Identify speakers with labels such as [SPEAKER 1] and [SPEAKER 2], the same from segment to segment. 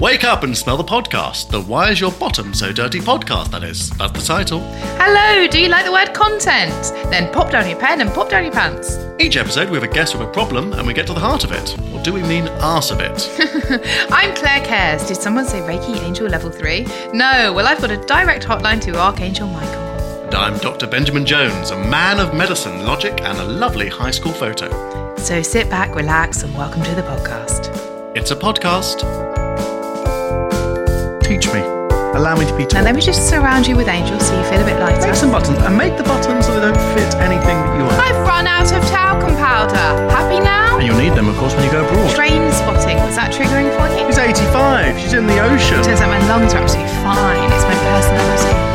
[SPEAKER 1] Wake up and smell the podcast. The Why Is Your Bottom So Dirty podcast, that is. That's the title.
[SPEAKER 2] Hello, do you like the word content? Then pop down your pen and pop down your pants.
[SPEAKER 1] Each episode, we have a guest with a problem and we get to the heart of it. Or do we mean arse of it?
[SPEAKER 2] I'm Claire Cares. Did someone say Reiki Angel Level 3? No, well, I've got a direct hotline to Archangel Michael.
[SPEAKER 1] and I'm Dr. Benjamin Jones, a man of medicine, logic, and a lovely high school photo.
[SPEAKER 2] So sit back, relax, and welcome to the podcast.
[SPEAKER 1] It's a podcast. Teach me. Allow me to be
[SPEAKER 2] And then we just surround you with angels so you feel a bit lighter.
[SPEAKER 1] Make some buttons and make the buttons so they don't fit anything that you want.
[SPEAKER 2] I've run out of talcum powder. Happy
[SPEAKER 1] And
[SPEAKER 2] now?
[SPEAKER 1] you'll need them, of course, when you go abroad.
[SPEAKER 2] Train spotting. Was that triggering for you?
[SPEAKER 1] She's 85. She's in the ocean.
[SPEAKER 2] Turns out my lungs are absolutely fine. It's my personality.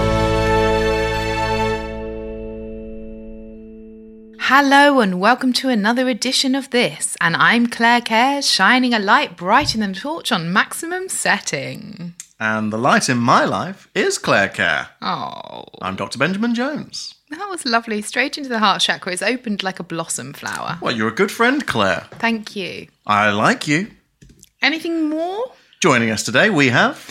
[SPEAKER 2] Hello and welcome to another edition of this, and I'm Claire Cares, shining a light brighter than a torch on maximum setting.
[SPEAKER 1] And the light in my life is Claire Care.
[SPEAKER 2] Oh,
[SPEAKER 1] I'm Dr. Benjamin Jones.
[SPEAKER 2] that was lovely. Straight into the heart chakra. It's opened like a blossom flower.
[SPEAKER 1] Well, you're a good friend, Claire.
[SPEAKER 2] Thank you.
[SPEAKER 1] I like you.
[SPEAKER 2] Anything more?
[SPEAKER 1] Joining us today, we have.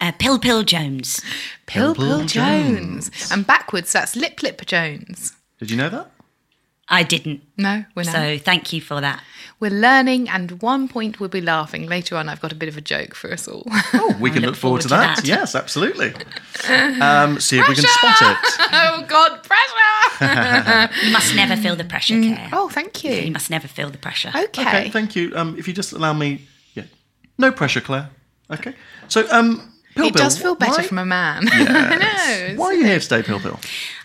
[SPEAKER 3] Uh, Pill Pill Jones.
[SPEAKER 2] Pill
[SPEAKER 1] Pill
[SPEAKER 2] Pill Jones. And backwards, that's Lip Lip Jones.
[SPEAKER 1] Did you know that?
[SPEAKER 3] I didn't.
[SPEAKER 2] No, we're not.
[SPEAKER 3] So thank you for that.
[SPEAKER 2] We're learning, and one point we'll be laughing. Later on, I've got a bit of a joke for us all.
[SPEAKER 1] Oh, we can look, forward, to that. Yes, absolutely. Um, see if we can spot it.
[SPEAKER 2] oh, God, pressure!
[SPEAKER 3] You must never feel the pressure, Claire.
[SPEAKER 2] oh, thank
[SPEAKER 3] You
[SPEAKER 2] you.
[SPEAKER 3] must never feel the pressure.
[SPEAKER 2] Okay.
[SPEAKER 1] Okay, thank you. Um, if you just allow me, yeah, no pressure, Claire. Okay. So, um, Pill
[SPEAKER 2] it
[SPEAKER 1] Bill,
[SPEAKER 2] does feel better
[SPEAKER 1] why,
[SPEAKER 2] from a man. I know.
[SPEAKER 1] Why are you here today, Pill Pill?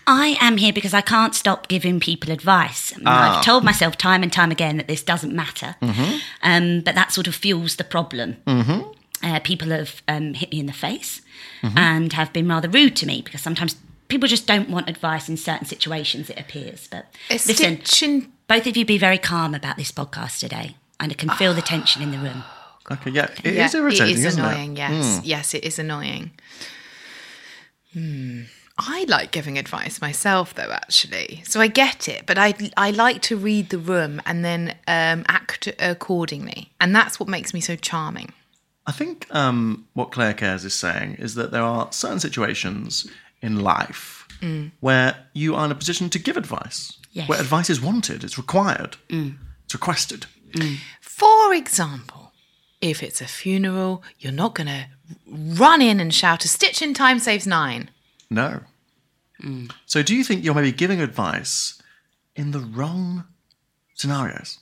[SPEAKER 3] I am here because I can't stop giving people advice. And I've told myself time and time again that this doesn't matter, um, but that sort of fuels the problem. Uh, people have um, hit me in the face and have been rather rude to me because sometimes people just don't want advice in certain situations, it appears. But
[SPEAKER 2] It's
[SPEAKER 3] listen,
[SPEAKER 2] stitching-
[SPEAKER 3] both of you be very calm about this podcast today. And I can feel the tension in the room.
[SPEAKER 1] Okay, yeah, it is
[SPEAKER 2] Yeah,
[SPEAKER 1] irritating,
[SPEAKER 2] It is
[SPEAKER 1] isn't
[SPEAKER 2] annoying,
[SPEAKER 1] it? Hmm.
[SPEAKER 2] yes. Yes, it is annoying. Hmm. I like giving advice myself, though, actually. So I get it, but I, I like to read the room and then um, act accordingly. And that's what makes me so charming.
[SPEAKER 1] I think um, what Claire Cares is saying is that there are certain situations in life where you are in a position to give advice,
[SPEAKER 3] Yes.
[SPEAKER 1] where advice is wanted, it's required, it's requested.
[SPEAKER 2] For example, if it's a funeral, you're not going to run in and shout a stitch in time saves nine.
[SPEAKER 1] No. So, do you think you're maybe giving advice in the wrong scenarios?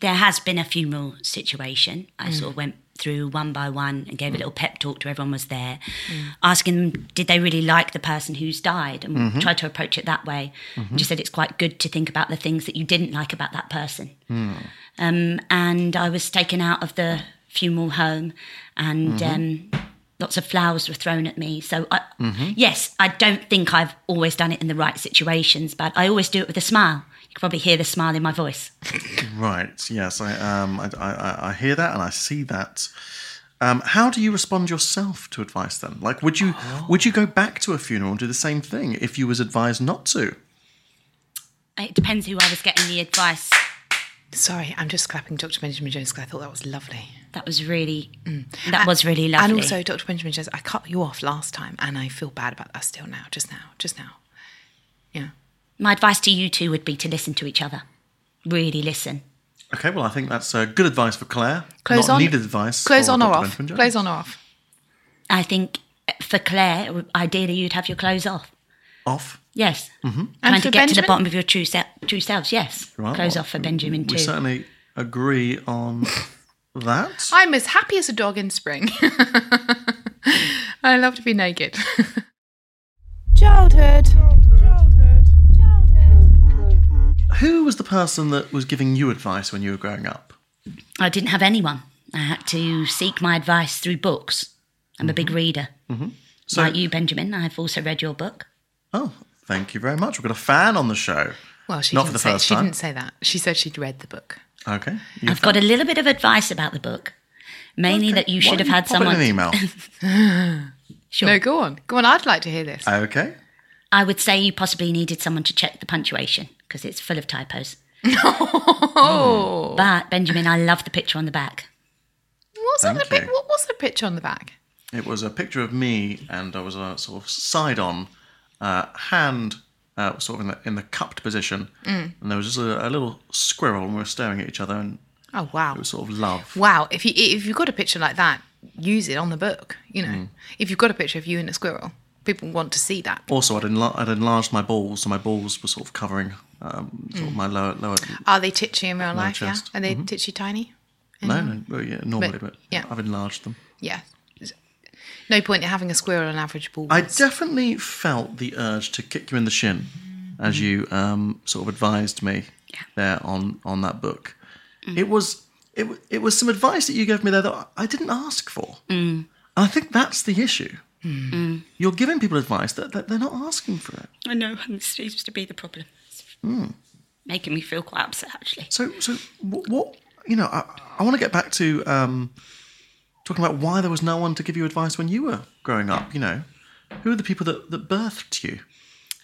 [SPEAKER 3] there has been a funeral situation. I sort of went through one by one and gave a little pep talk to everyone was there, asking them did they really like the person who's died, and tried to approach it that way. And just said it's quite good to think about the things that you didn't like about that person. Um, and I was taken out of the funeral home, and um, lots of flowers were thrown at me. So I, yes, I don't think I've always done it in the right situations, but I always do it with a smile. You can probably hear the smile in my voice.
[SPEAKER 1] Right. Yes, I um, I, I, I- I hear that and I see that. Um, how do you respond yourself to advice then? Like, would you would you go back to a funeral and do the same thing if you was advised not to?
[SPEAKER 3] It depends who I was getting the advice.
[SPEAKER 2] Sorry, I'm just clapping Dr. Benjamin Jones because I thought that was lovely.
[SPEAKER 3] That was really, that was really lovely.
[SPEAKER 2] Mm. And also, Dr. Benjamin Jones, I cut you off last time and I feel bad about that still now, just now, just now. Yeah.
[SPEAKER 3] my advice to you two would be to listen to each other. Really listen.
[SPEAKER 1] Okay. Well, I think that's uh, good advice for Claire.
[SPEAKER 2] Clothes
[SPEAKER 1] not
[SPEAKER 2] on-
[SPEAKER 1] needed advice.
[SPEAKER 2] Clothes
[SPEAKER 1] for
[SPEAKER 2] on or
[SPEAKER 1] Dr.
[SPEAKER 2] off?
[SPEAKER 1] Benjamin Jones.
[SPEAKER 2] Clothes on or off?
[SPEAKER 3] I think uh, for Claire, ideally you'd have your clothes off.
[SPEAKER 1] Off.
[SPEAKER 3] Yes. Mm-hmm.
[SPEAKER 2] And
[SPEAKER 3] Trying
[SPEAKER 2] for
[SPEAKER 3] to get to
[SPEAKER 2] Benjamin?
[SPEAKER 3] the bottom of your true, se- true selves. Yes.
[SPEAKER 1] Right,
[SPEAKER 3] Clothes
[SPEAKER 1] well,
[SPEAKER 3] off for Benjamin
[SPEAKER 1] We
[SPEAKER 3] too.
[SPEAKER 1] certainly agree on that?
[SPEAKER 2] I'm as happy as a dog in spring. I love to be naked.
[SPEAKER 4] Childhood. Childhood.
[SPEAKER 1] Who was the person that was giving you advice when you were growing up?
[SPEAKER 3] I didn't have anyone. I had to seek my advice through books. I'm a big reader.
[SPEAKER 1] Mm-hmm. So,
[SPEAKER 3] like you, Benjamin, I've also read your book.
[SPEAKER 1] oh, thank you very much. We've got a fan on the show.
[SPEAKER 2] Well, she,
[SPEAKER 1] Not
[SPEAKER 2] didn't,
[SPEAKER 1] for the
[SPEAKER 2] say,
[SPEAKER 1] first
[SPEAKER 2] she
[SPEAKER 1] time.
[SPEAKER 2] didn't say that. She said she'd read the book.
[SPEAKER 1] Okay,
[SPEAKER 3] I've got a little bit of advice about the book, mainly that you should have had someone.
[SPEAKER 1] an email.
[SPEAKER 3] Sure.
[SPEAKER 2] No, go on. Go on. I'd like to hear this.
[SPEAKER 1] okay,
[SPEAKER 3] I would say you possibly needed someone to check the punctuation because it's full of typos. Mm.
[SPEAKER 2] oh.
[SPEAKER 3] But Benjamin, I love the picture on the back.
[SPEAKER 2] What's on the
[SPEAKER 1] Thank
[SPEAKER 2] pic-
[SPEAKER 1] you.
[SPEAKER 2] what was the picture on the back?
[SPEAKER 1] it was a picture of me, and I was a sort of side on, uh, hand uh, sort of in the in the cupped position,
[SPEAKER 2] Mm.
[SPEAKER 1] and there was just a, a little squirrel, and we were staring at each other, and
[SPEAKER 2] Oh, wow.
[SPEAKER 1] it was sort of love.
[SPEAKER 2] Wow. If, you, if you've got a picture like that, use it on the book. You know,
[SPEAKER 1] Mm.
[SPEAKER 2] if you've got a picture of you and a squirrel, people want to see that.
[SPEAKER 1] Also, I'd, enla- I'd enlarged my balls, so my balls were sort of covering um, sort of my lower lower.
[SPEAKER 2] Are they titchy in real life?
[SPEAKER 1] chest.
[SPEAKER 2] Yeah. Are they titchy tiny?
[SPEAKER 1] No, no, well, yeah, normally, Mm-hmm. but,
[SPEAKER 2] yeah.
[SPEAKER 1] I've enlarged them.
[SPEAKER 2] Yeah. No point in having a squirrel on average ball.
[SPEAKER 1] I definitely felt the urge to kick you in the shin as you um, sort of advised me there on on that book. It was it, w- it was some advice that you gave me there that I didn't ask for, mm. and I think that's the issue. You're giving people advice that, that they're not asking for it.
[SPEAKER 3] I know, it seems to be the problem.
[SPEAKER 2] Mm.
[SPEAKER 3] Making me feel quite upset, actually.
[SPEAKER 1] So so what, what you know? I, I want to get back to um, talking about why there was no one to give you advice when you were growing up. You know, who are the people that that birthed you?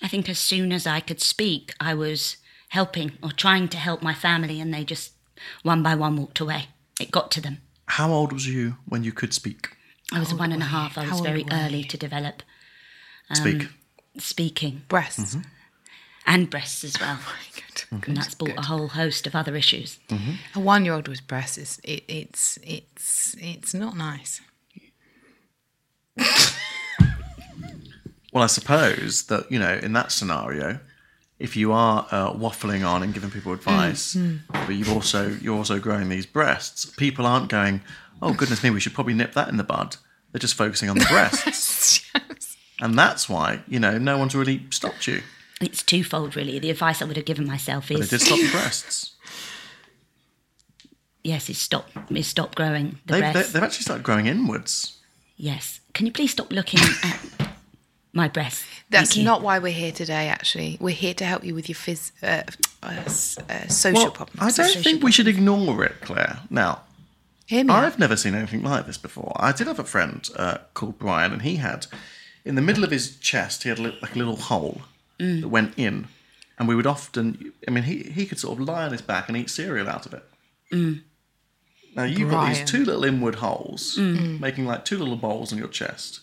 [SPEAKER 3] I think as soon as I could speak, I was helping or trying to help my family, and they just one by one walked away. It got to them.
[SPEAKER 1] How old was you when you could speak?
[SPEAKER 3] I was one and a half. I
[SPEAKER 2] How
[SPEAKER 3] was
[SPEAKER 2] old
[SPEAKER 3] very
[SPEAKER 2] were
[SPEAKER 3] early to develop um,
[SPEAKER 1] Speak.
[SPEAKER 3] speaking
[SPEAKER 2] breasts.
[SPEAKER 1] Mm-hmm.
[SPEAKER 3] and breasts as well.
[SPEAKER 2] Good.
[SPEAKER 3] and that's brought a whole host of other issues.
[SPEAKER 2] A one-year-old with breasts is it, it's it's it's not nice.
[SPEAKER 1] Well, I suppose that you know, in that scenario, if you are uh, waffling on and giving people advice,
[SPEAKER 3] Mm,
[SPEAKER 1] but you've also you're also growing these breasts, people aren't going, "Oh goodness me, we should probably nip that in the bud." They're just focusing on the breasts, and that's why you know no one's really stopped you.
[SPEAKER 3] It's twofold, really. The advice I would have given myself
[SPEAKER 1] They
[SPEAKER 3] is
[SPEAKER 1] did stop the breasts.
[SPEAKER 3] yes, is stop, is stop growing the
[SPEAKER 1] They've, they,
[SPEAKER 3] breasts.
[SPEAKER 1] they've actually started growing inwards.
[SPEAKER 3] Yes. Can you please stop looking at my breasts?
[SPEAKER 2] That's
[SPEAKER 3] Thank you.
[SPEAKER 2] not why we're here today. Actually, we're here to help you with your phys- uh, uh, s- uh, social
[SPEAKER 1] Well,
[SPEAKER 2] problems.
[SPEAKER 1] I don't
[SPEAKER 2] Social
[SPEAKER 1] think we should ignore it, Claire. Now,
[SPEAKER 2] Hear me out.
[SPEAKER 1] I've never seen anything like this before. I did have a friend uh, called Brian, and he had, in the middle of his chest, he had a li- like a little hole that went in, and we would often, I mean, he he could sort of lie on his back and eat cereal out of it. Now you've got
[SPEAKER 2] Brian.
[SPEAKER 1] these two little inward holes, making like two little bowls on your chest.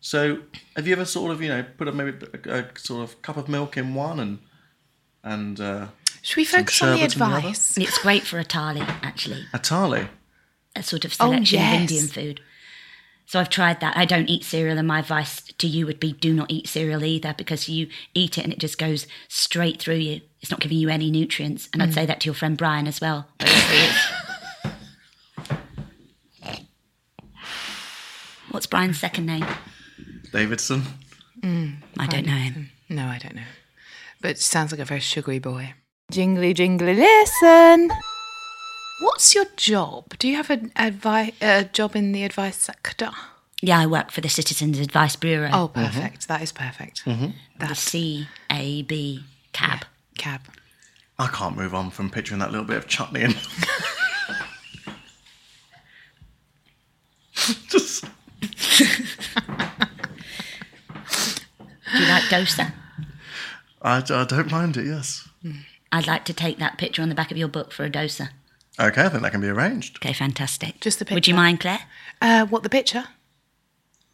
[SPEAKER 1] So, have you ever sort of, you know, put a maybe a, a sort of cup of milk in one and and uh,
[SPEAKER 2] Should we focus on the
[SPEAKER 1] sherbet and the other?
[SPEAKER 2] advice?
[SPEAKER 3] It's great for a tali, actually,
[SPEAKER 1] a tali?
[SPEAKER 3] a sort of
[SPEAKER 2] Oh,
[SPEAKER 3] selection
[SPEAKER 2] yes.
[SPEAKER 3] of Indian food. So I've tried that. I don't eat cereal, and my advice to you would be do not eat cereal either because you eat it and it just goes straight through you. It's not giving you any nutrients. And
[SPEAKER 2] Mm.
[SPEAKER 3] I'd say that to your friend Brian as well. wherever he is. What's Brian's second name?
[SPEAKER 1] Davidson.
[SPEAKER 3] I don't know him.
[SPEAKER 2] No, I don't know. But sounds like a very sugary boy.
[SPEAKER 4] Jingly, jingly, listen.
[SPEAKER 2] What's your job? Do you have an advi- a job in the advice sector?
[SPEAKER 1] Mm-hmm.
[SPEAKER 3] Yeah, I work for the Citizens Advice Bureau.
[SPEAKER 2] Oh, perfect. That is perfect.
[SPEAKER 1] Mm-hmm.
[SPEAKER 3] the
[SPEAKER 2] That's
[SPEAKER 3] C A B cab.
[SPEAKER 2] cab.
[SPEAKER 1] I can't move on from picturing that little bit of chutney and just
[SPEAKER 3] Do you like dosa?
[SPEAKER 1] I, I don't mind it. Yes.
[SPEAKER 3] I'd like to take that picture on the back of your book for a dosa.
[SPEAKER 1] Okay, I think that can be arranged.
[SPEAKER 3] Okay, fantastic.
[SPEAKER 2] Just the
[SPEAKER 3] Would you
[SPEAKER 2] picture.
[SPEAKER 3] mind, Claire?
[SPEAKER 2] Uh, what the picture?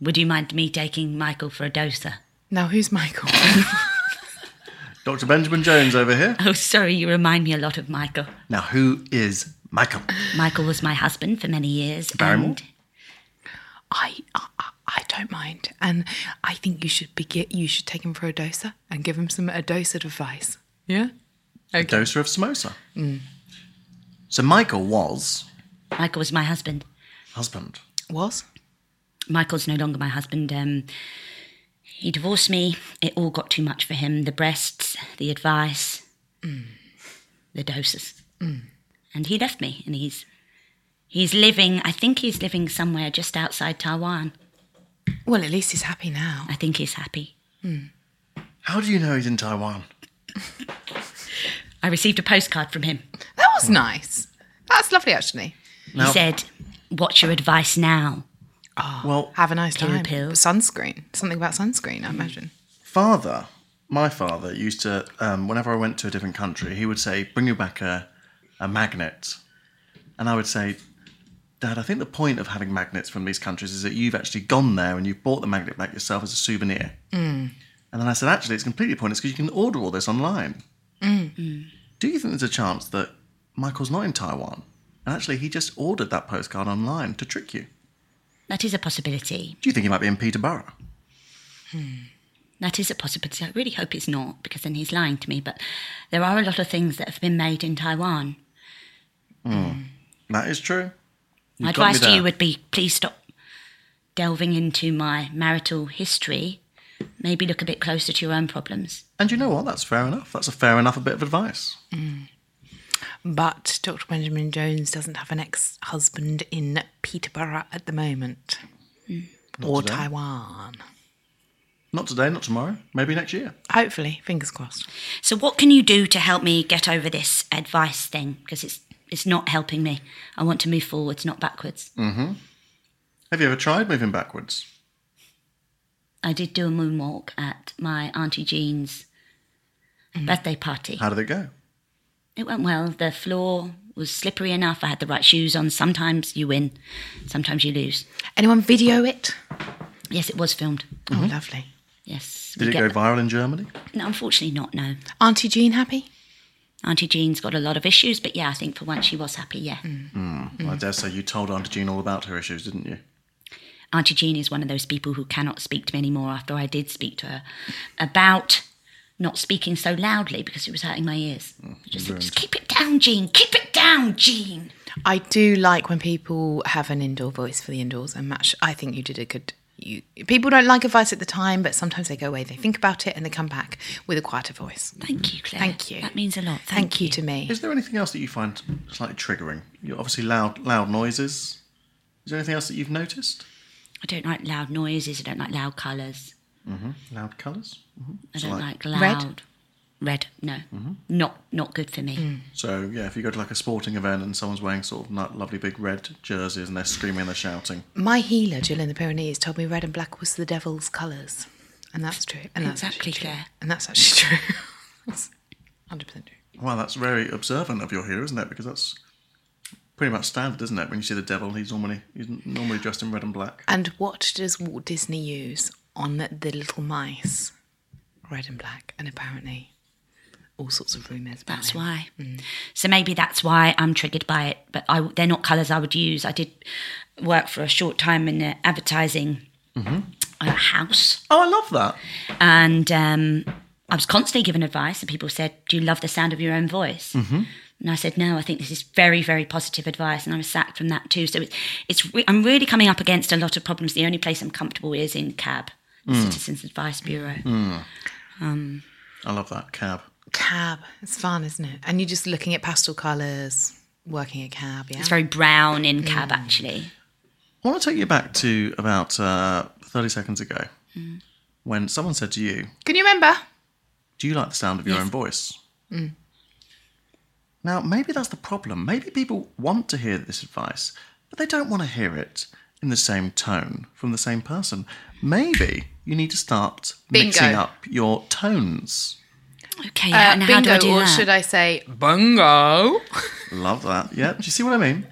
[SPEAKER 3] Would you mind me taking Michael for a dosa?
[SPEAKER 2] Now, who's Michael?
[SPEAKER 1] Dr. Benjamin Jones over here.
[SPEAKER 3] Oh, sorry, you remind me a lot of Michael.
[SPEAKER 1] Now, who is Michael?
[SPEAKER 3] Michael was my husband for many years.
[SPEAKER 1] Barrymore?
[SPEAKER 3] And
[SPEAKER 2] I, I I- I don't mind, and I think you should be get, you should take him for a doser and give him some a doser advice. Yeah.
[SPEAKER 1] A doser of samosa. So Michael was
[SPEAKER 3] Michael was my husband.
[SPEAKER 1] Husband.
[SPEAKER 2] Was?
[SPEAKER 3] Michael's no longer my husband. Um, he divorced me. It all got too much for him the breasts, the advice,
[SPEAKER 2] Mm.
[SPEAKER 3] the doses. And he left me, and he's. He's living, I think he's living somewhere just outside Taiwan.
[SPEAKER 2] Well, at least he's happy now.
[SPEAKER 3] I think he's happy.
[SPEAKER 1] How do you know he's in Taiwan?
[SPEAKER 3] I received a postcard from him.
[SPEAKER 2] That
[SPEAKER 1] Mm.
[SPEAKER 2] was nice. That's lovely, actually.
[SPEAKER 1] Now,
[SPEAKER 3] He said, What's your advice now?
[SPEAKER 1] well,
[SPEAKER 2] Have a nice
[SPEAKER 3] Blue
[SPEAKER 2] time.
[SPEAKER 3] pill.
[SPEAKER 2] Sunscreen. Something about sunscreen, I imagine.
[SPEAKER 1] father, my father used to, um, whenever I went to a different country, he would say, "Bring you back a, a magnet," and I would say, "Dad, I think the point of having magnets from these countries is that you've actually gone there and you've bought the magnet back yourself as a souvenir." And then I said, "Actually, it's completely pointless because you can order all this online." Do you think there's a chance that Michael's not in Taiwan? And actually, he just ordered that postcard online to trick you.
[SPEAKER 3] That is a possibility.
[SPEAKER 1] Do you think he might be in Peterborough?
[SPEAKER 3] That is a possibility. I really hope it's not because then he's lying to me. But there are a lot of things that have been made in Taiwan.
[SPEAKER 1] That is true.
[SPEAKER 3] My
[SPEAKER 1] You've got me
[SPEAKER 3] advice to you
[SPEAKER 1] there.
[SPEAKER 3] would be please stop delving into my marital history. Maybe look a bit closer to your own problems.
[SPEAKER 1] And you know what? That's fair enough. That's a fair enough bit of advice.
[SPEAKER 2] But Dr. Benjamin Jones doesn't have an ex husband in Peterborough at the moment. Or
[SPEAKER 1] today.
[SPEAKER 2] Taiwan.
[SPEAKER 1] Not today, not tomorrow, maybe next year.
[SPEAKER 2] Hopefully, fingers crossed.
[SPEAKER 3] So, what can you do to help me get over this advice thing? Because it's it's not helping me. I want to move forwards, not backwards.
[SPEAKER 1] Mm. Have you ever tried moving backwards?
[SPEAKER 3] I did do a moonwalk at my Auntie Jean's
[SPEAKER 1] Mm-hmm.
[SPEAKER 3] birthday party.
[SPEAKER 1] How did it go?
[SPEAKER 3] It went well. The floor was slippery enough. I had the right shoes on. Sometimes you win, sometimes you lose.
[SPEAKER 2] Anyone video it?
[SPEAKER 3] Yes, it was filmed.
[SPEAKER 2] Oh, lovely.
[SPEAKER 3] Yes.
[SPEAKER 1] Did
[SPEAKER 3] we
[SPEAKER 1] it
[SPEAKER 3] get-
[SPEAKER 1] go viral in Germany?
[SPEAKER 3] No, unfortunately, not. No.
[SPEAKER 2] Auntie Jean happy?
[SPEAKER 3] Auntie Jean's got a lot of issues, but yeah, I think for once she was happy. Yeah.
[SPEAKER 1] Mm. Well, I dare say you told Auntie Jean all about her issues, didn't you?
[SPEAKER 3] Auntie Jean is one of those people who cannot speak to me anymore after I did speak to her about not speaking so loudly because it was hurting my ears.
[SPEAKER 1] Mm,
[SPEAKER 3] Just, just keep it down, Jean. Keep it down, Jean.
[SPEAKER 2] I do like when people have an indoor voice for the indoors and match. I think you did a good. You, people don't like advice at the time, but sometimes they go away, they think about it, and they come back with a quieter voice.
[SPEAKER 3] Thank you, Claire.
[SPEAKER 2] Thank you.
[SPEAKER 3] That means a lot. Thank,
[SPEAKER 2] Thank you to me.
[SPEAKER 1] Is there anything else that you find slightly triggering? You obviously loud, loud noises. Is there anything else that you've noticed?
[SPEAKER 3] I don't like loud noises. I don't like loud colours.
[SPEAKER 1] Loud colours.
[SPEAKER 3] I don't like,
[SPEAKER 2] Red?
[SPEAKER 3] loud. Red, no, not not good for me.
[SPEAKER 1] So yeah, if you go to like a sporting event and someone's wearing sort of not lovely big red jerseys and they're screaming and they're shouting,
[SPEAKER 2] My healer, Jill in the Pyrenees, told me red and black was the devil's colours. And that's true. And that's
[SPEAKER 3] Exactly,
[SPEAKER 2] actually true.
[SPEAKER 3] Claire.
[SPEAKER 2] And that's actually true. That's 100% true.
[SPEAKER 1] well, that's very observant of your here, isn't it? Because that's pretty much standard, isn't it? When you see the devil, he's normally he's normally dressed in red and black.
[SPEAKER 2] And what does Walt Disney use on the little mice? Red and black. And apparently, all sorts of rumours. about
[SPEAKER 3] That's
[SPEAKER 2] him.
[SPEAKER 3] why. So maybe that's why I'm triggered by it. But I, they're not colours I would use. I did work for a short time in uh, advertising at a house,
[SPEAKER 1] Oh, I love that.
[SPEAKER 3] and um, I was constantly given advice. And people said, "Do you love the sound of your own voice?" And I said, "No, I think this is very, very positive advice." And I was sacked from that too. So it's, it's re- I'm really coming up against a lot of problems. The only place I'm comfortable is in CAB, the Citizens Advice Bureau.
[SPEAKER 1] I love that cab.
[SPEAKER 2] Cab. It's fun, isn't it? And you're just looking at pastel colours, working a cab. Yeah.
[SPEAKER 3] It's very brown in CAB, actually.
[SPEAKER 1] I want to take you back to about uh, 30 seconds ago Mm. when someone said to you,
[SPEAKER 2] Can you remember?
[SPEAKER 1] Do you like the sound of your own voice? Mm. Now, maybe that's the problem. Maybe people want to hear this advice, but they don't want to hear it in the same tone from the same person. Maybe you need to start
[SPEAKER 2] Bingo.
[SPEAKER 1] mixing up your tones.
[SPEAKER 3] Okay, and Uh, how do I do
[SPEAKER 2] Uh, or
[SPEAKER 3] that?
[SPEAKER 2] should I say bungo?
[SPEAKER 1] Love that. Yeah. Do you see what I mean?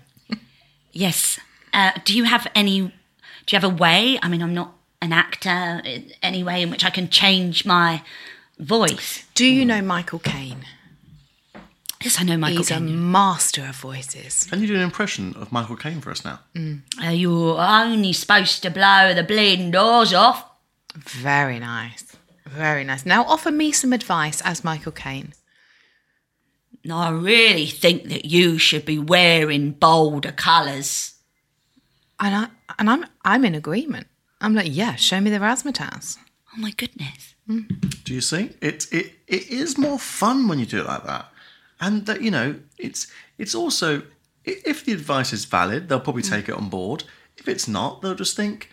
[SPEAKER 3] Yes. Uh, do you have any? Do you have a way? I mean, I'm not an actor. uh, Any way in which I can change my voice?
[SPEAKER 2] Do you know Michael Caine?
[SPEAKER 3] Yes, I know Michael.
[SPEAKER 2] He's a
[SPEAKER 3] Caine.
[SPEAKER 2] master of voices.
[SPEAKER 1] Can you do an impression of Michael Caine for us now?
[SPEAKER 3] Uh, you're only supposed to blow the bleeding doors off.
[SPEAKER 2] Very nice. Very nice. Now offer me some advice as Michael Caine.
[SPEAKER 3] "No, I really think that you should be wearing bolder colours.
[SPEAKER 2] And I and I'm I'm in agreement. I'm like, yeah, show me the razzmatazz.
[SPEAKER 3] Oh my goodness.
[SPEAKER 1] Do you see? It it it is more fun when you do it like that, and that you know it's it's also i- if the advice is valid, they'll
[SPEAKER 2] Mm.
[SPEAKER 1] probably take it on board. If it's not, they'll just think,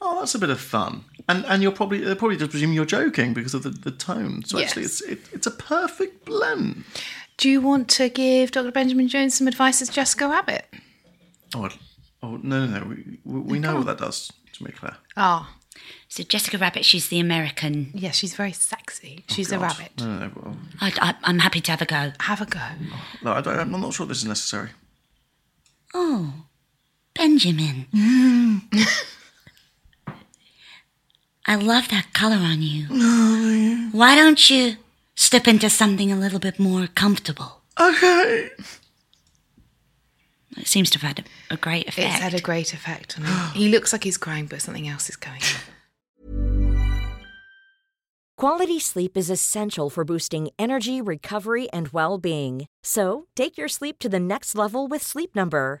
[SPEAKER 1] oh, that's a bit of fun, and and you'll probably they'll probably just presume you're joking because of the, the tone. So actually, it's
[SPEAKER 2] Yes.
[SPEAKER 1] it, it's a perfect blend.
[SPEAKER 2] Do you want to give Dr. Benjamin Jones some advice as Jessica Rabbit?
[SPEAKER 1] Oh, I- oh no no no, we we, we know what that does to me, Claire.
[SPEAKER 2] Ah,
[SPEAKER 3] So Jessica Rabbit, she's the American.
[SPEAKER 2] yeah, she's very
[SPEAKER 3] Oh,
[SPEAKER 2] sexy. She's a
[SPEAKER 1] God.
[SPEAKER 2] rabbit.
[SPEAKER 1] No no no. well,
[SPEAKER 3] I, I, I'm happy to have a go.
[SPEAKER 2] Have a go.
[SPEAKER 1] no I don't, I'm not sure this is necessary.
[SPEAKER 3] Oh, Benjamin.
[SPEAKER 2] Mm.
[SPEAKER 3] I love that color on you.
[SPEAKER 2] Oh,
[SPEAKER 3] Why don't you step into something a little bit more comfortable?
[SPEAKER 1] Okay.
[SPEAKER 3] It seems to have had a, a great effect.
[SPEAKER 2] It's had a great effect on him. he looks like he's crying, but something else is going on.
[SPEAKER 5] Quality sleep is essential for boosting energy, recovery, and well being. So, take your sleep to the next level with Sleep Number.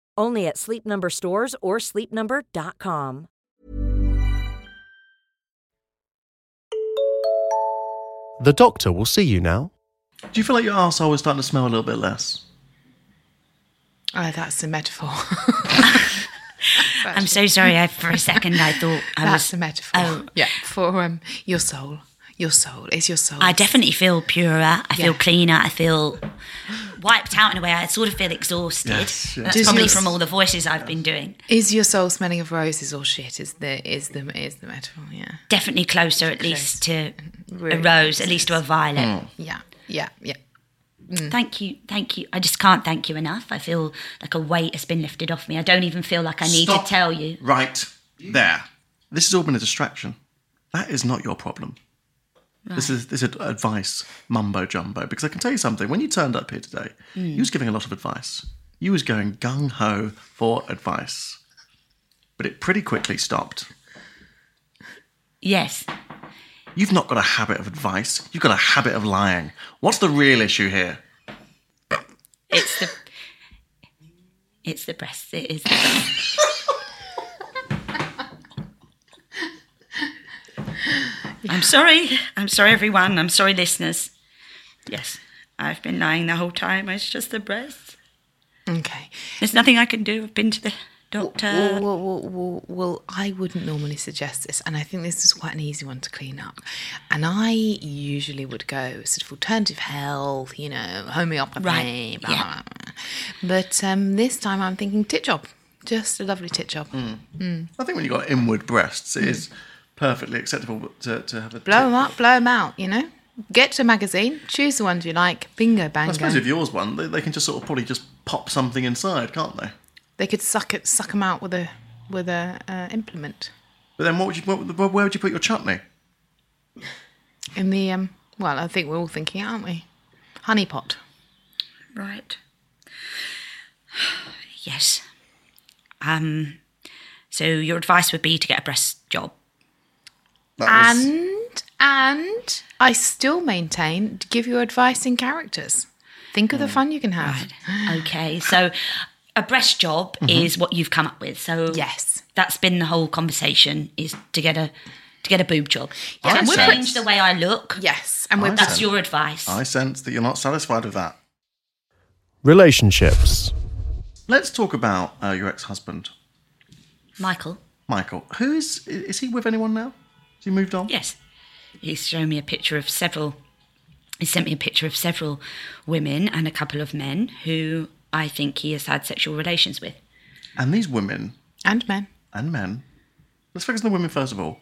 [SPEAKER 5] Only at Sleep Number stores or sleepnumber.com.
[SPEAKER 6] The doctor will see you now.
[SPEAKER 1] Do you feel like your arsehole is starting to smell a little bit less?
[SPEAKER 2] Oh, that's a metaphor.
[SPEAKER 3] I'm so sorry. I, for a second, I thought I
[SPEAKER 2] that's
[SPEAKER 3] was
[SPEAKER 2] a metaphor.
[SPEAKER 3] Oh.
[SPEAKER 2] yeah, for um, your soul. Your soul. It's your soul.
[SPEAKER 3] I definitely feel purer. I feel
[SPEAKER 2] Yeah.
[SPEAKER 3] cleaner. I feel wiped out in a way. I sort of feel exhausted.
[SPEAKER 1] Yes, yes.
[SPEAKER 3] That's
[SPEAKER 2] Does
[SPEAKER 3] probably
[SPEAKER 2] your-
[SPEAKER 3] from all the voices I've been doing.
[SPEAKER 2] Is your soul smelling of roses or shit? Is the is the is the metaphor? Yeah,
[SPEAKER 3] Definitely closer, at least to a
[SPEAKER 2] Really
[SPEAKER 3] rose, at least to a violet.
[SPEAKER 1] Mm.
[SPEAKER 2] yeah, yeah, yeah.
[SPEAKER 3] Thank you, thank you. I just can't thank you enough. I feel like a weight has been lifted off me. I don't even feel like I need
[SPEAKER 1] Stop.
[SPEAKER 3] to tell you.
[SPEAKER 1] Right there. This has all been a distraction. That is not your problem. This is this is advice mumbo jumbo. Because I can tell you something. When you turned up here today, you was giving a lot of advice. You was going gung ho for advice, but it pretty quickly stopped.
[SPEAKER 3] Yes,
[SPEAKER 1] You've not got a habit of advice. You've got a habit of lying. What's the real issue here?
[SPEAKER 3] it's the it's the breasts. It is. The breasts. I'm sorry. I'm sorry, everyone. I'm sorry, listeners. Yes, I've been lying the whole time. It's just the breasts.
[SPEAKER 2] Okay.
[SPEAKER 3] There's nothing I can do. I've been to the doctor.
[SPEAKER 2] Well, well, well, well, well, I wouldn't normally suggest this, and I think this is quite an easy one to clean up. And I usually would go sort of alternative health, you know, homeopathy,
[SPEAKER 3] Right,
[SPEAKER 2] blah,
[SPEAKER 3] yeah.
[SPEAKER 2] blah, blah. But um, this time I'm thinking tit job, just a lovely tit job.
[SPEAKER 3] Mm.
[SPEAKER 1] I think when you've got inward breasts, it is perfectly acceptable to, to have a
[SPEAKER 2] Blow them up, blow them out, you know. Get to a magazine, choose the ones you like, bingo,
[SPEAKER 1] I suppose
[SPEAKER 2] bango.
[SPEAKER 1] if yours one, they, they can just sort of probably just pop something inside, can't they?
[SPEAKER 2] They could suck it, suck them out with a with a uh, implement
[SPEAKER 1] But then, what would you? What, where- where would you put your chutney?
[SPEAKER 2] in the um. Well, I think we're all thinking, aren't we? Honey pot.
[SPEAKER 3] Right. Yes. Um. So your advice would be to get a breast job.
[SPEAKER 1] That was-
[SPEAKER 2] And and I still maintain to give you advice in characters. Think of
[SPEAKER 1] Mm.
[SPEAKER 2] the fun you can have.
[SPEAKER 3] Okay. So a breast job is what you've come up with. So
[SPEAKER 2] Mm-hmm. Yes.
[SPEAKER 3] that's been the whole conversation is to get a to get a boob job.
[SPEAKER 2] Yeah,
[SPEAKER 3] and
[SPEAKER 1] I said-
[SPEAKER 3] change the way I look.
[SPEAKER 2] Yes. And we're
[SPEAKER 1] I
[SPEAKER 3] That's
[SPEAKER 1] said-
[SPEAKER 3] your advice.
[SPEAKER 1] I sense that you're not satisfied with that.
[SPEAKER 6] Relationships.
[SPEAKER 1] Let's talk about uh, your ex-husband,
[SPEAKER 3] Michael.
[SPEAKER 1] Michael. Who is? Is he with anyone now? Has he moved on?
[SPEAKER 3] Yes. He's shown me a picture of several, he sent me a picture of several women and a couple of men who I think he has had sexual relations with.
[SPEAKER 1] And these women
[SPEAKER 2] and men.
[SPEAKER 1] and men. Let's focus on the women first of all.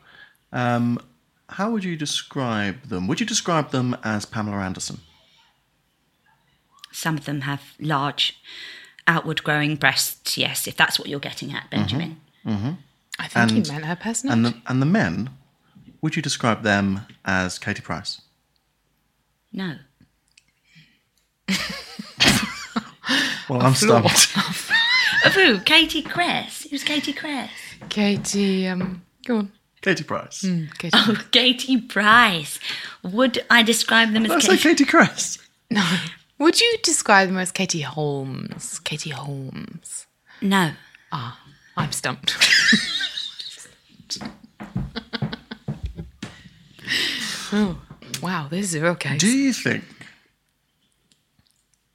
[SPEAKER 1] Um, how would you describe them? Would you describe them as Pamela Anderson?
[SPEAKER 3] Some of them have large, outward growing breasts. Yes, if that's what you're getting
[SPEAKER 1] Mm-hmm.
[SPEAKER 3] at, Benjamin.
[SPEAKER 2] I think
[SPEAKER 1] And-
[SPEAKER 2] he meant her
[SPEAKER 1] And
[SPEAKER 2] personality.
[SPEAKER 1] the, and the men, would you describe them as Katie Price?
[SPEAKER 3] No.
[SPEAKER 1] Well, I'm stumped.
[SPEAKER 3] Of who? Katie Cress. It was Katie Cress.
[SPEAKER 2] Katie, um, go on.
[SPEAKER 1] Katie Price.
[SPEAKER 2] Katie.
[SPEAKER 3] Oh, Katie Price. Would I describe them as
[SPEAKER 1] Let's
[SPEAKER 3] Katie?
[SPEAKER 1] say Katie Price.
[SPEAKER 2] Would you describe them as Katie Holmes? Katie Holmes.
[SPEAKER 3] No.
[SPEAKER 2] Ah, I'm stumped. oh, wow, this is a real case.
[SPEAKER 1] Do you think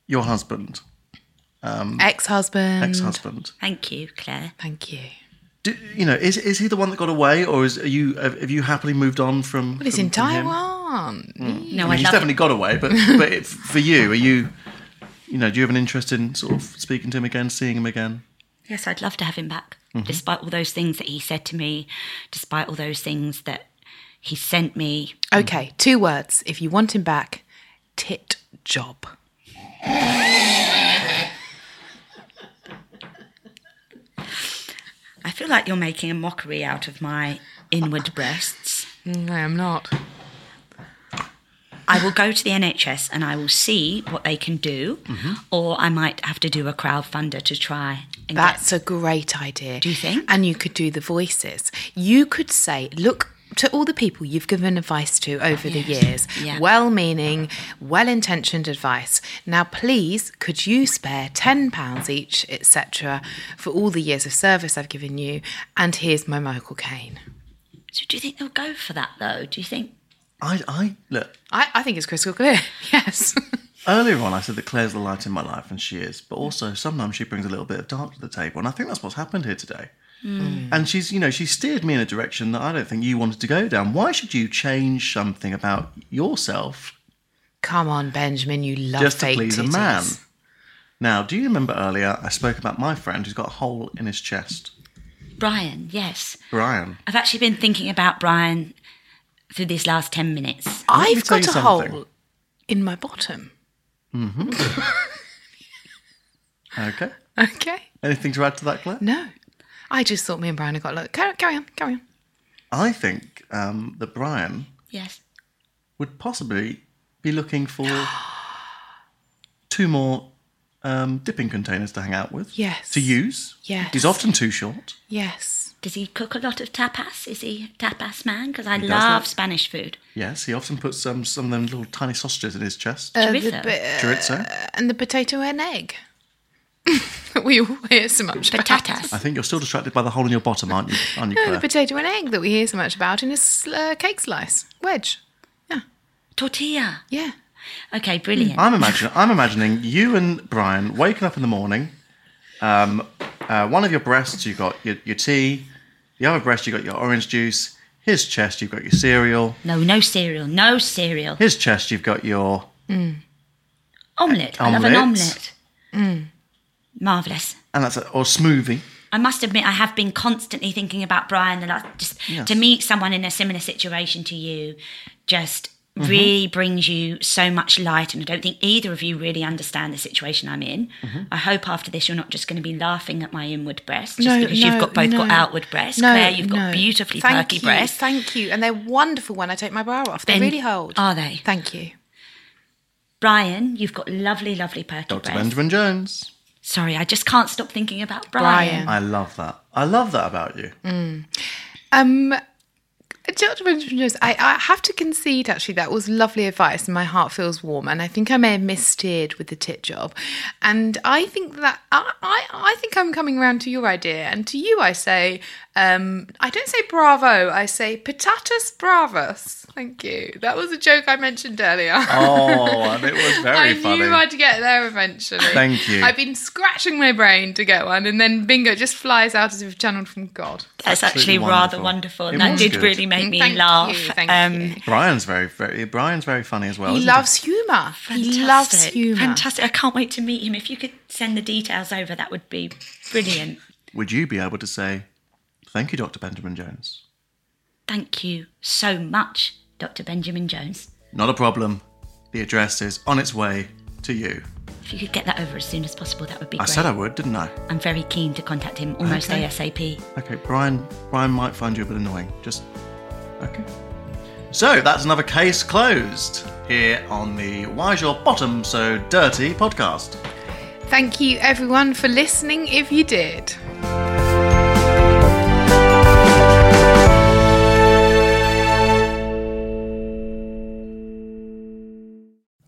[SPEAKER 1] your husband,
[SPEAKER 2] Ex-husband.
[SPEAKER 1] ex-husband,
[SPEAKER 2] Hmm.
[SPEAKER 3] Thank you, Claire.
[SPEAKER 2] Thank you.
[SPEAKER 1] do, you know, is is he the one that got away, or is are you have have you happily moved on from?
[SPEAKER 2] Well, it's
[SPEAKER 1] from-
[SPEAKER 2] in
[SPEAKER 1] from him?
[SPEAKER 2] Taiwan.
[SPEAKER 3] No,
[SPEAKER 1] I mean,
[SPEAKER 3] I
[SPEAKER 1] he's
[SPEAKER 3] love.
[SPEAKER 1] definitely
[SPEAKER 3] It.
[SPEAKER 1] got away, but but if, for you, are you, you know, do you have an interest in sort of speaking to him again, seeing him again?
[SPEAKER 3] Yes, I'd love to have him back,
[SPEAKER 1] Mm-hmm.
[SPEAKER 3] despite all those things that he said to me, despite all those things that he sent me.
[SPEAKER 2] Okay, two words. If you want him back, tit job.
[SPEAKER 3] I feel like you're making a mockery out of my inward breasts.
[SPEAKER 2] Mm, I am not.
[SPEAKER 3] I will go to the NHS and I will see what they can do,
[SPEAKER 2] Mm-hmm.
[SPEAKER 3] or I might have to do a crowdfunder to try and
[SPEAKER 2] That's a great idea. Do
[SPEAKER 3] you think?
[SPEAKER 2] And you could do the voices. You could say, look to all the people you've given advice to over the years,
[SPEAKER 3] Yeah.
[SPEAKER 2] well meaning, well intentioned advice. Now, please, could you spare £10 each, etc., for all the years of service I've given you? And here's my Michael Caine.
[SPEAKER 3] get. So, do you think they'll go for that though? Do you think?
[SPEAKER 1] I I look
[SPEAKER 2] I, I think it's crystal clear. Yes.
[SPEAKER 1] earlier on. I said that Claire's the light in my life, and she is. But also, sometimes she brings a little bit of dark to the table, and I think that's what's happened here today.
[SPEAKER 3] Hmm.
[SPEAKER 1] And she's, you know, she steered me in a direction that I don't think you wanted to go down. Why should you change something about yourself
[SPEAKER 2] Come on, Benjamin, you love
[SPEAKER 1] just to
[SPEAKER 2] fake
[SPEAKER 1] please a
[SPEAKER 2] titties.
[SPEAKER 1] man? Now, do you remember earlier I spoke about my friend who's got a hole in his chest,
[SPEAKER 3] Brian, yes.
[SPEAKER 1] Brian?
[SPEAKER 3] I've actually been thinking about Brian through these last 10 minutes.
[SPEAKER 1] Let me
[SPEAKER 2] I've
[SPEAKER 1] tell
[SPEAKER 2] got
[SPEAKER 1] you
[SPEAKER 2] a
[SPEAKER 1] something.
[SPEAKER 2] hole in my bottom.
[SPEAKER 1] Okay.
[SPEAKER 2] Okay.
[SPEAKER 1] Anything to add to that, Claire?
[SPEAKER 2] No. I just thought me and Brian had got a lot. Carry, carry on, carry on.
[SPEAKER 1] I think um, that Brian
[SPEAKER 3] Yes.
[SPEAKER 1] would possibly be looking for two more um, dipping containers to hang out with.
[SPEAKER 2] Yes.
[SPEAKER 1] To use.
[SPEAKER 2] Yes.
[SPEAKER 1] He's often too short.
[SPEAKER 2] Yes.
[SPEAKER 3] Does he cook a lot of tapas? Is he a tapas man? Because I
[SPEAKER 1] He does
[SPEAKER 3] love
[SPEAKER 1] that.
[SPEAKER 3] Spanish food.
[SPEAKER 1] Yes, he often puts some some of them little tiny sausages in his chest.
[SPEAKER 2] Uh,
[SPEAKER 3] Chorizo.
[SPEAKER 2] bit-
[SPEAKER 1] Chorizo.
[SPEAKER 2] and the potato and egg. we all hear so much about.
[SPEAKER 1] I
[SPEAKER 3] Patatas.
[SPEAKER 1] think you're still distracted by the hole in your bottom, aren't you? Aren't you,
[SPEAKER 2] No, the
[SPEAKER 1] Claire?
[SPEAKER 2] potato and egg that we hear so much about in a sl- uh, cake slice. Wedge.
[SPEAKER 3] Tortilla.
[SPEAKER 2] Yeah.
[SPEAKER 3] Okay, brilliant.
[SPEAKER 2] Mm-hmm.
[SPEAKER 1] I'm imagining I'm imagining you and Brian waking up in the morning. Um, uh, one of your breasts you got your, your tea, the other breast you got your orange juice. His chest you've got your cereal.
[SPEAKER 3] No, no cereal. No cereal.
[SPEAKER 1] His chest you've got your
[SPEAKER 3] Omelette. I love
[SPEAKER 1] Omelette.
[SPEAKER 3] an omelette.
[SPEAKER 2] Mm.
[SPEAKER 3] Marvellous.
[SPEAKER 1] and that's a, or smoothie.
[SPEAKER 3] I must admit, I have been constantly thinking about Brian. And I just to meet someone in a similar situation to you, just
[SPEAKER 2] Mm-hmm.
[SPEAKER 3] really brings you so much light. And I don't think either of you really understand the situation I'm in.
[SPEAKER 2] Mm-hmm.
[SPEAKER 3] I hope after this, you're not just going to be laughing at my inward breasts, just because you've got both got
[SPEAKER 2] no.
[SPEAKER 3] outward breasts.
[SPEAKER 2] No,
[SPEAKER 3] Claire, you've got
[SPEAKER 2] no.
[SPEAKER 3] beautifully
[SPEAKER 2] Thank
[SPEAKER 3] perky
[SPEAKER 2] you,
[SPEAKER 3] breasts.
[SPEAKER 2] Thank you. And they're wonderful when I take my bra off. They
[SPEAKER 3] Ben-
[SPEAKER 2] really hold.
[SPEAKER 3] Are they?
[SPEAKER 2] Thank you.
[SPEAKER 3] Brian, you've got lovely, lovely perky
[SPEAKER 1] Dr.
[SPEAKER 3] breasts.
[SPEAKER 1] Benjamin Jones.
[SPEAKER 3] Sorry, I just can't stop thinking about
[SPEAKER 2] Brian.
[SPEAKER 3] Brian.
[SPEAKER 1] I love that. I love that about you.
[SPEAKER 2] Um, Dr. Benjamin Jones, I, I have to concede actually that was lovely advice and my heart feels warm and I think I may have missteered with the tit job. And I think that I, I, I think I'm coming round to your idea and to you I say um, I don't say bravo, I say patatas bravas. Thank you. That was a joke I mentioned earlier.
[SPEAKER 1] Oh, and it was very
[SPEAKER 2] I
[SPEAKER 1] funny.
[SPEAKER 2] knew I'd get there eventually.
[SPEAKER 1] Thank you.
[SPEAKER 2] I've been scratching my brain to get one, and then bingo, it just flies out as if channeled from God.
[SPEAKER 3] That's
[SPEAKER 1] Absolutely
[SPEAKER 3] actually rather
[SPEAKER 1] wonderful.
[SPEAKER 3] wonderful.
[SPEAKER 1] It
[SPEAKER 3] and that
[SPEAKER 1] was
[SPEAKER 3] did
[SPEAKER 1] good.
[SPEAKER 3] really make me
[SPEAKER 2] Thank you,
[SPEAKER 3] laugh. Um,
[SPEAKER 2] thank you.
[SPEAKER 1] Brian's very, very Brian's very funny as well.
[SPEAKER 2] He
[SPEAKER 1] isn't
[SPEAKER 2] loves humour. He loves humour.
[SPEAKER 3] Fantastic. I can't wait to meet him. If you could send the details over, that would be brilliant.
[SPEAKER 1] Would you be able to say, "Thank you, Dr. Benjamin Jones"?
[SPEAKER 3] Thank you so much, Dr. Benjamin Jones.
[SPEAKER 1] Not a problem. The address is on its way to you.
[SPEAKER 3] If you could get that over as soon as possible, that would be
[SPEAKER 1] I
[SPEAKER 3] great.
[SPEAKER 1] said I would, didn't I?
[SPEAKER 3] I'm very keen to contact him almost
[SPEAKER 1] Okay.
[SPEAKER 3] ASAP.
[SPEAKER 1] Okay, Brian. Brian might find you a bit annoying. Just okay. So that's another case closed here on the Why's Your Bottom So Dirty podcast.
[SPEAKER 2] Thank you, everyone, for listening if you did.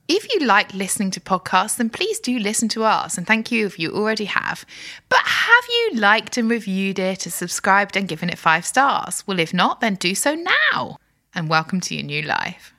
[SPEAKER 2] If you like listening to podcasts, then please do listen to ours. And thank you if you already have. But have you liked and reviewed it and subscribed and given it five stars? Well, if not, then do so now. And welcome to your new life.